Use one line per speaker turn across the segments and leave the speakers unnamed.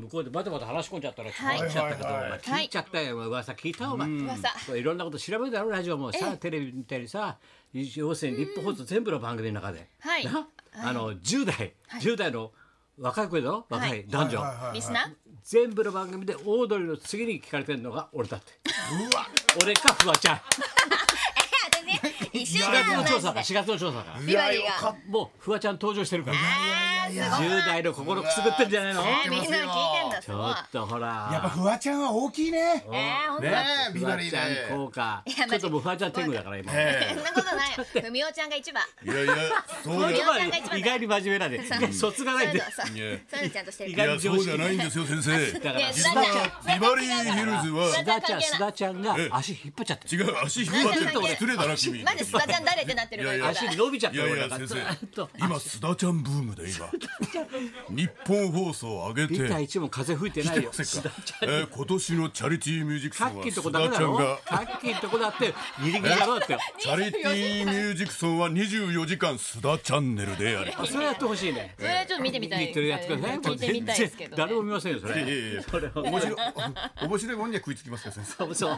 向こうでバタバタ話し込んじゃったら聞
はい
こえちゃったけど、
はいはい
ま
は
あ
い
聞いちゃったよ、噂聞いたよ、お前
噂
そういろんなこと調べるだろラジオも
え
さ
え
テレビみたいにさ要するに日本放送全部の番組の中で、
はい
なあの10代、10代の若い子だろ若
はい
い男女、
はいはいはい
リスナー
全部の番組でオードリーの次に聞かれてるのが俺だって
うわ
俺かフワちゃん
あでね一緒
4
だ
月の
マ
調
ジ
査
で
だ4月の調査だ
ビバリー
いやよか
が
っ
もうフワちゃん登場してるから
あーすごい
10代の心くすぐってんじゃないの
えーみんな聞いてんだ
ち
すご
ょ
い
っとほ
やっぱ
ら
フワちゃんは大きいね
えーほんと
ねえビ
フ
バ
ワ
リー
ちゃん
で
効果
いやマジ
ちょっともうフワちゃん天狗だから今
そ
え
んなことないよふみおちゃんが一番
えいやいやそう
だ
じ
よ
まあ意外に真面目なんで意外に卒が
そう
ない
い
ん
う
で
のはさそういうのちゃんとしてる
意
ゃ
外に常識
ないんですよ先生
だから
ね
須
だ
田
って
ち
ビバリーヒルズ
ゃん須
は
田ちゃん須田ちゃんが
ええ
足引っ張っちゃってる
違う足引っ張ってるから失礼だな君
マジ須田ちゃん誰ってなってるから
いやいや
今
足伸びちゃってる
いやいや
俺なんかず
先生
ーっと
今須田ちゃんブームで今日本放送上げて
ビタ一も風吹いてないよ
せ
須
っ
田
か
ちゃん
えー今年のチャリティーミュージックソ
さ
ン
っ
は
きんとこ
須
ダメ
田
だ
ちゃん
ろ
が
さっきんとこだってギリギリだろう って
チャリティーミュージックソンは24時間須田チャンネルでやれ
それやってほしいね
それはちょっと見てみ たい
日テレやってください
聞いてみたいですけどね
誰も見ませんよそ
いや
れ
いやいや面白い面白いもんには食いつきますから先生
そうそう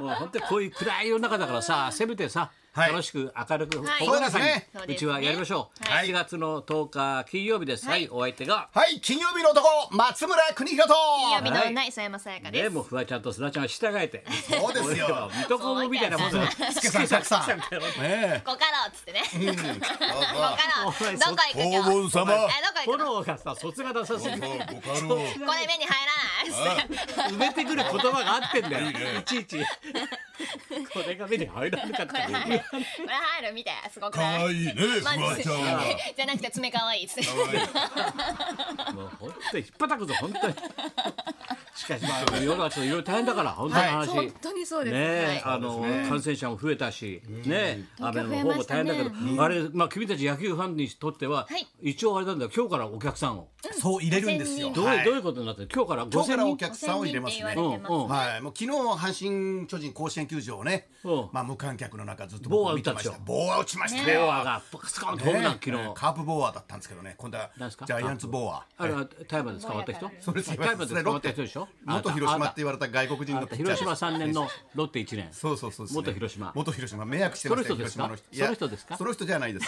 もう本当にこういう暗い世の中だからさせめてさ
はい
楽しく明るく
はい
心さに
そうですね
うちはやりましょう
は
7月の10日金曜日ですはいお相手が
はい、金曜日の男、松村邦弘と。
金曜日のない曽山さやかで
ね
す
もうフワちゃんと砂ちゃんを従えて
そうですよ
俺は水戸黄門みたいなもんだよ
スケさん、サクさん。ね
ここからっつってねここからどこ行
え
く今日
黄門様。
えどこ行
フォ
くの
ローがさ卒が出さすぎて
ご家老。
これ目に入らないっつって
埋めてくる言葉があってんだよいちいちこれが目に入らなかっ
これ
た
入るこれ入るみたいすごく
可
ない
愛いね、 フワちゃんは。
じゃなくて爪可愛いっつって
もう本当に引っ叩くぞ本当に。しかしまあ世の中ちょっといろいろ大変だから本 当の話。
本当にそうです
ねえ、
はい
あの、感染者も増えたし、ねえ、雨
東京
の方
増えま
も
した
大変
ね
だけど、あれ、まあ、君たち野球ファンにとっては、
はい
一応あれなんだよ、今日からお客さんを。
そう入れるんですよ。
どう、
はい
どういうことになってる、今日から
今日
5000
からお
人。
客さんを入れますね
5000人って。言われてます
うん、うん、
はい、もう昨日阪神巨人甲子園球場をね
うん、
まあ無観客の中ずっと
ボー
僕
は打
見
った
て
でし
まし
ょ
た。ボーは打ちました
レオ
よ。
アが、スカーンとホームラン、昨日。
ねカープボーアだったんですけどね、今度は
何ですか
ジャイアンツボーア。
あれは、大麻で捕まった人。
そうです
大麻で捕まった人でしょ
元広島って言われた外国人
あ
の
な
ピ
た
ッチ
広
ャーです
島三年のロッテ一年。
そうそうそうですね
元広島
元広島迷惑してましたよ
その人です
広
か
島の人い
そ
や
の人ですか
その人じゃないです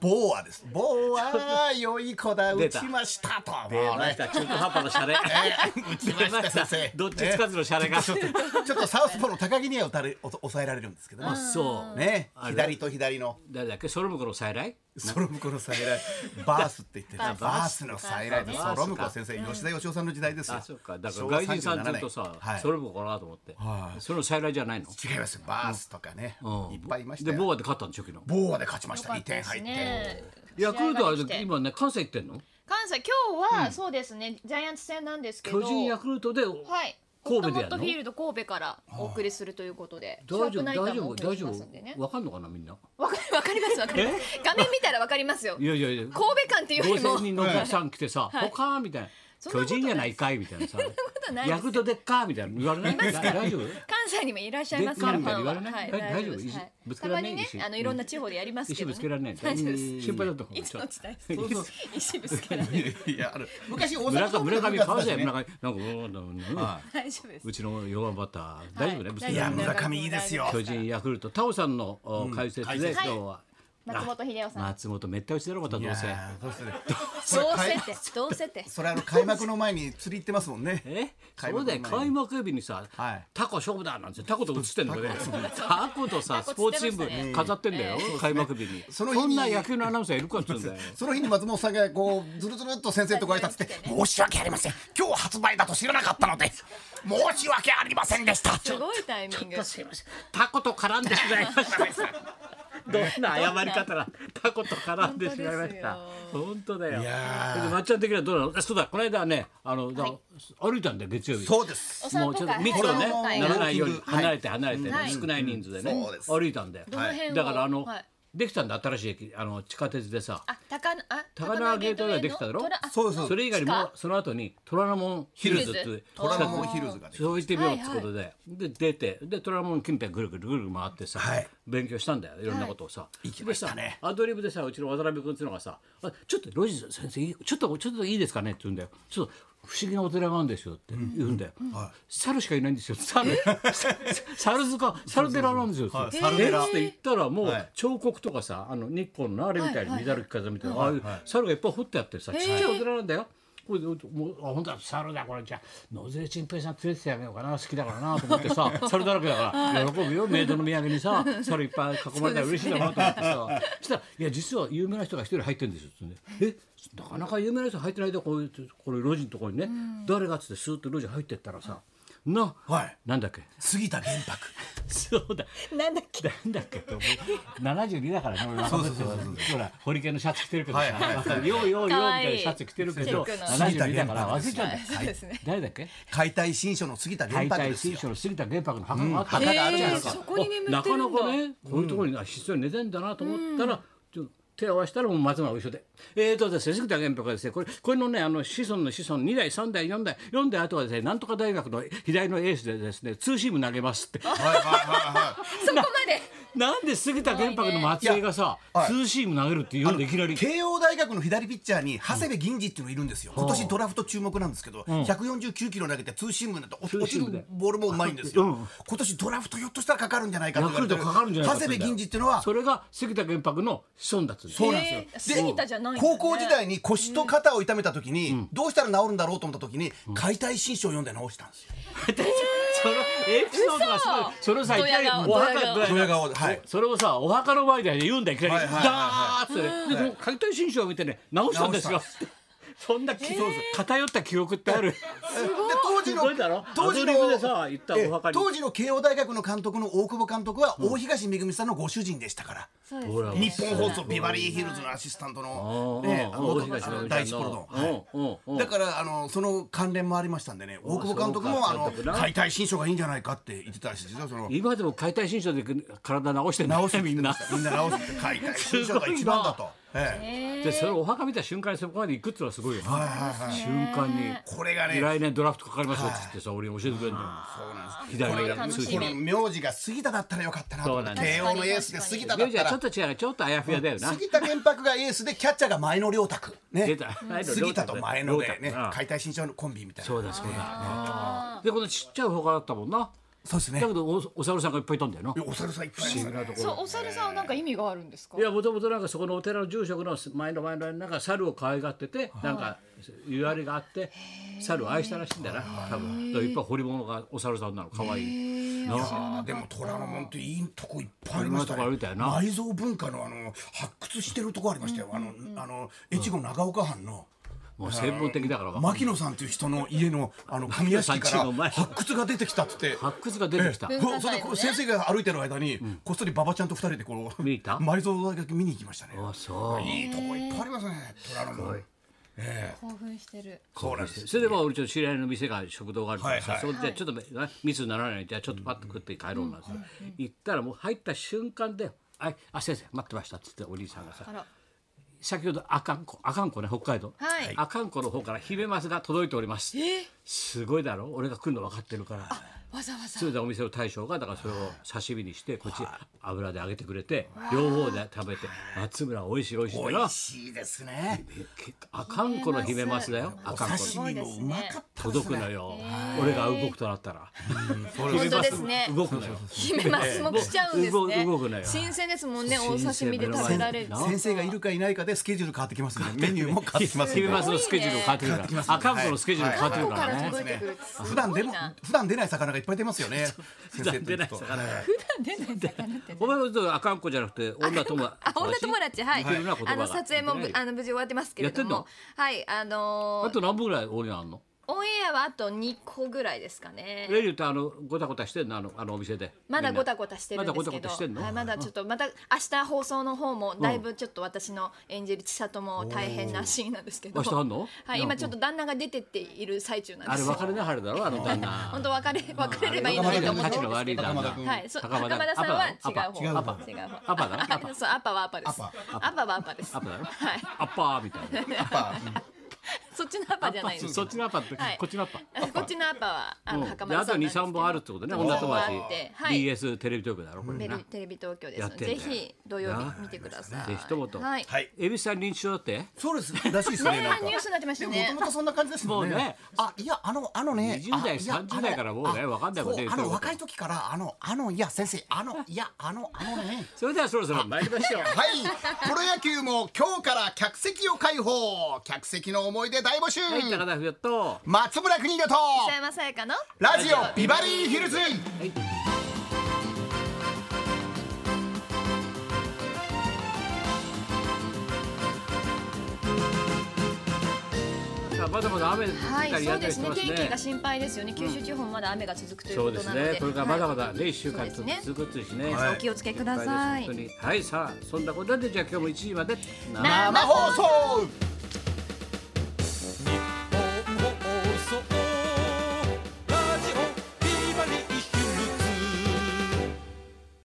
ボーア ですボーア良い子だ
出
打
た
ちましたともう
出まし
ね
た中途半端のシャレ
打ちました先生
どっちつかずのシャレが、
ねちょっとちょっとサウスポーの高木には打たれおと抑えられるんですけど
あ
ね
そう
ね
あれ
左と左の
誰だっけソロムコの再来
ソロムコの再来バースって言ってた
バ
バ
ー
ースの再来で
バースか
ソロムコ先生吉田義雄さんの時代ですよ
あそうかだから
昭和
外人さんず
37
っとさ、
年はい
ソロムコかなと思って、
はい
それの再来じゃないの、
違いますよバースとかね
うん
いっぱいいました
でボ
よ
ーアで勝ったんでしょ昨日
ボーアで勝ちました2点入って
ヤクルトは
試合ができて
今ね関西行ってんの
関西今日は、そうですねジャイアンツ戦なんですけど
巨人ヤクルトで、
はい
神戸でやるの
ホットフィールド神戸からお送りするということで
大丈夫
ナ
大
イター
丈
もお
夫
送り
大
し
丈
ますんでね
夫わかんのかなみんな
わかわかりますわかります画面見たらわかりますよ
いやいやいや
神戸間っていうよりも
5000人のお客さん来てさ、ほかーみたいな
そんな
巨
ことない
人やないかいみたいなさ
とないです
ヤクルトでっかーみたいな言われない大丈夫
関西にもいらっしゃいますか
で
ら
っかみたいに
ファ
言われない
ンははい
大丈夫
です
石
はい
ぶつ
た
けら
ま
れない
にね
石
あのいろんな地方でやりますけ
石
ど、
ぶ
ね、
つけられないんだ
大丈夫です
心配だったもん
いつの時代です
そうそう
石ぶつけられない
いやある昔大
村上村上
か
川
わ
崎
ね
村上なんかうんうんうん
大丈夫です
うちの4番バッター大丈夫ね、
はい
ぶつけ
大
い
丈
や
られない
村上いいですよ
巨人ヤクルトタオさんのお解説
解
で
説
今日は
松本秀夫さん
松本めった打ちだろまた
い
どうせ
やーそうですね
どうせってどうせって
それあの開幕の前に釣り行ってますもんね
え
開
そう
幕
だ
前
よ
に
開幕日にさ
はい
タコ勝負だなんてタコと映ってんだよねタコとさス
タ
ポ
コ
ーツ
釣
新
ってましたね
聞飾ってんだよ開幕日にそ
その日に
んな野球のアナウンサーいるかっつうんだよ
その日に松本さんがこうずるずるっと先生のとこ挨拶して「申し訳ありません今日発売だと知らなかったので申し訳ありませんでした」
すごいタイミング
すいませんタコと絡んでしまいましたどんな謝り方だタコと絡んでしまいました本当だよ
いや
で
ー
まっちゃん的にはどうなのあそうだこの間ねあの、だ歩いたんだよ月曜日
そうです
お散
もう
歩
ちょっ
会
と密をね
はい
ならないように
はい
離れて離れてね
はい
少ない人数でね
そうです
歩いたんだよ
どの辺を
だからあの
はい
できたんだ新しい駅あの地下鉄でさ
あ高なあ
高輪ゲートウェイはできただろ
トラあ
そうです
それ以外にも
地
その後に虎ノ門ヒルズっていう
トラモンヒルズができた
そう行ってみようってことで、で出てで虎ノ門近辺ぐるぐるぐるぐる回ってさ、
はい
勉強したんだよいろんなことをさ、
行きましたね
でさアドリブでさうちの渡辺君っていうのがさ「あちょっとロジ先生いいちょっとちょっといいですかね」って言うんだよ「ちょっと不思議なお寺があるんですよって言うんだよ、
は
猿しかいないんですよ猿猿塚猿寺なんですよ
はい
って
猿寺
えーって言ったらも
は
う
い
彫刻とかさあの日光のあれみたいに
はい
乱
はい
る着飾みたいなああいう
はいはい
猿がいっぱい掘ってあってさちっちゃい
へー
お寺なんだよ。これでもうあ本当だ猿だこれじゃあ野添陳平さん連れてってあげようかな好きだからなと思ってさ猿だらけだから喜ぶよメイドの土産にさ猿いっぱい囲まれたら嬉しいだろうと思ってさそしたら「いや実は有名な人が一人入ってるんですよ」って言うんでえなかなか有名な人入ってないでこういうこれ路地のところにね誰がっつってスーッと路地入ってったらさな、
はい
なんだっけ
杉田玄白
そうだ
なんだっけ。
なんだっけと思う72だからね俺
そうそうそうそう
ほらホリケンのシャツ着てるけどさ
はいはいは
ようようようみ
かわ
た
いい
いなシャツ着てるけど
ピンクの
72だから忘れちゃうんだよ
そうですね。
誰だっけ
解体新書の杉田玄
解
白
体
です
新
よ
書の杉田玄白の墓があった
うん墓があるじゃ
な
ないい
か
か
そこに眠
な
ってる
か
んだ
なかねこういうところにあひっそり寝てんだなと思ったら、ちょっと手を合わせたらもう松村が一緒で。えーとですね、杉田玄白はですね、これ、これのね、あの、子孫の子孫2代、3代、4代、4代後はですね、なんとか大学の左のエースでですね、ツーシーム投げますって。
はいはいはいはい
そこまで。
なんで杉田玄白の末裔がさ、
はい
ツーシーム投げるって言うんでいきなり。
慶応大学の左ピッチャーに長谷部銀次っていうのいるんですよ、今年ドラフト注目なんですけど、149キロ投げてツーシームになって
ツー
お落
シ
ち
ームで
るボールもうまいんですよ、
うん
今年ドラフトひょっとしたらかかるんじゃないかと
ヤ
言
ク
われ
ル
て
トかかるんじゃないか
長谷部銀次っていうのは
それが杉田玄白の子孫だっつうんだよ
そうなんですよ
えー
で
杉田じゃないんだね
高校時代に腰と肩を痛めた時に、どうしたら治るんだろうと思った時に、解体新書を読んで治したんですよ
そのエピソードがすごい
嘘
それをさいきなり
ドヤ顔
お墓
ドヤ顔
ドヤ顔
ドヤ顔ではい
それをさお墓の前で言うんだよいきなり、
はいはいはいは
ダーッつって、ね、でその解体新書を見てね直したんですよ
直し
そんな記憶、偏った記憶ってある
で当時
すごいだろ
の当時
アドリブでさ行った
のえ
お墓に
当時の慶応大学の監督の大久保監督は大東恵さんのご主人でしたから、
そうで す
ほら
日本放送ビバリーヒルズのアシスタントの、ね、あの
大
元々あの第一プロの、はい
の
だからあのその関連もありましたんでね大久保監督
そう
も
か
あの
監督な
解体新書がいいんじゃないかって言ってたらしいですよその
今でも解体新書で体直してんだよ
直して
みんな
みんな直して 解体新書が一番だと、ええ
でそれをお墓見た瞬間にそこまで行くってのはすごいよね、
はいはいはい、
瞬間に
これがね
来年ドラフトかかりますよっつってさ俺に教えてくれるんだよ
そうなんです
左
これ
の
が
楽しみ
この名字が杉田だったらよかったなと思
そう
っ
な
て
んです
慶応のエースで杉田だ
名
っ
字
た
はちょ
ら
っと違うちょっとあやふやだよな、
杉田玄白がエースでキャッチャーが前野良太君
出
ね
た
杉田と前野で
良
ね
太
解体新書のコンビみたいな
そうだそうだ、でこのちっちゃい方があったもんな
そうですね
だけどおお猿さんがいっぱいいたんだよない
やお猿さんいっぱいいますね
そうお猿さんはなんか意味があるんですか。
いやもともとなんかそこのお寺の住職の前の前のなんか猿を可愛がっててなんかゆわりがあって猿を愛したらしいんだよな多分だからいっぱい彫り物がお猿さんなの可愛いなあ
あーでも虎ノ門っていいとこいっぱいありましたね
いろんなとこ歩いたよな
埋蔵文化のあの発掘してるとこありましたよあのあの越後長岡藩の
もう専門的だから
牧野さんという人の家のあの神屋敷
牧野さん家
か
の前
ら発掘が出てきたっつって
発掘が出てきた
ええ
文化
そ
財
れ
の
でこ
ね
う先生が歩いてる間にこっそり馬場ちゃんと二人でこう
見に行った
埋蔵だけ見に行きましたね
あそう
いいとこいっぱいありますね虎ノ門
興奮してる。
そうなんです
それでまあ俺ちょっと知り合いの店が食堂があるからさ、
はい
そこでちょっとめ密にならないようにじゃあちょっとパッと食って帰ろうなんて、行ったらもう入った瞬間で「あいあ先生待ってました」っつってお兄さんがさ
あら。
先ほど阿寒湖阿寒湖ね北海道
はい
阿寒湖の方からヒメマスが届いております
え
すごいだろ俺が来るの分かってるから
わざわざ。
それでお店の大将がだからそれを刺身にしてこっち油で揚げてくれて両方で食べて松村美味しい美味しい
美
だろ
味しいですね
阿寒湖のヒメマスだよ阿
お
寒湖の
刺身もうまかったですね
届くのよ、俺が動くとなったら
本当ですね。
動くのよ
ヒメマスも来ちゃうんですね
動くなよ。
新鮮ですもんね。
新
お
鮮
刺身で食べられる
な。
先生がいるかいないかでスケジュール変わってきますねメニューも変わってきます
ヒ
ね
メマスのスケジュール変わってくるから、アカウントのスケジュール変わってく
ど
る
こ
か
からら
ね。
届いてくる。
普段で
すごい
も
な
普段出ない魚がいっぱい出ますよ ね。先生と
出
行
な
く
い
と
魚が。
出ない魚ってね。
お前はそうアカウントじゃなくて女友達。
あ、女友達、はい。
似てるな言葉
あ
が
の撮影もぶあの無事終わってますけれど
やっ
も
て、
はい、あの
あ
ー
と何分ぐらい俺にあんの？
オンエアはあと2個ぐらいですかね。
レリューってあのごたごたしてんのあのあのお店で。
まだごた
ご
ごたしてるんです
まだごた
け
ご
ど、
たしてんの
はいまだちょっとまた明日放送の方もだいぶちょっと私の演じる千里も大変なシーンなんですけど、
明日あんの
はい今ちょっと旦那が出てっている最中なん
あ
で
れ
すよ。
別れなはれだろあの旦那。
本当別れ別れればいいのにと思って
立ちの
ます
悪
け
い
ど。
旦那。
はい、そう
高
高
田
田さんは違う
ア
方、違う
パ
方、違う方、
アパだなア
そうアパはアパです。アパはアパです。
パ
アパはアパです。
アッパーみたいな。
そっちのアッパーじゃないです
そっちのアパって、
はい
こっちのアパ。
あこっちのアッパーはあ
うん
の
で
袴田
あと
さんなん
二
ですけど
三本あるってことね。
二
女
三
友
本あ
達
って。はい。
BS テレビ局だろこれ
テレ
な
ビ。テレビ東京です
や
の
ってんだ
で
よ
ぜひ土曜日見てください
ぜひと言
はい
はい
恵比寿さん認知症だって。
そうですらしいですね
ね
なんか
ニュースになってました
で
よ
も
ね
ともとそんな感じですもん
もうね
ね。あいやあのあのね
20代
あいや
30代からもうね
あ
わかんないもんね
そう
言ってる
あの
こと
若い時からあのあのいや先生あのいやあのあのね。
それではそろそろ参りましょう。
はい、プロ野球も今日から客席を開放客席の思い出大募集、
はい、高田冬と。
松村邦洋と
北山さやかの
ラジオビバリーヒルズ
さあまだまだ雨降
は
っ
い
たりや
そ
った
うで
りし
す
て
ね
ます
天気が
ね。
心配ですよね九州地方まだ雨が続くとい
そうう
こ
で
と
す
なので
ね。これからまだま
は
だね一週間
そ
と
うですね
続くとですね。
いお気をつけくだ
心配です
さ
本
い
当にはいさあそんなことでじゃあ今日も1時まで。
生
生放送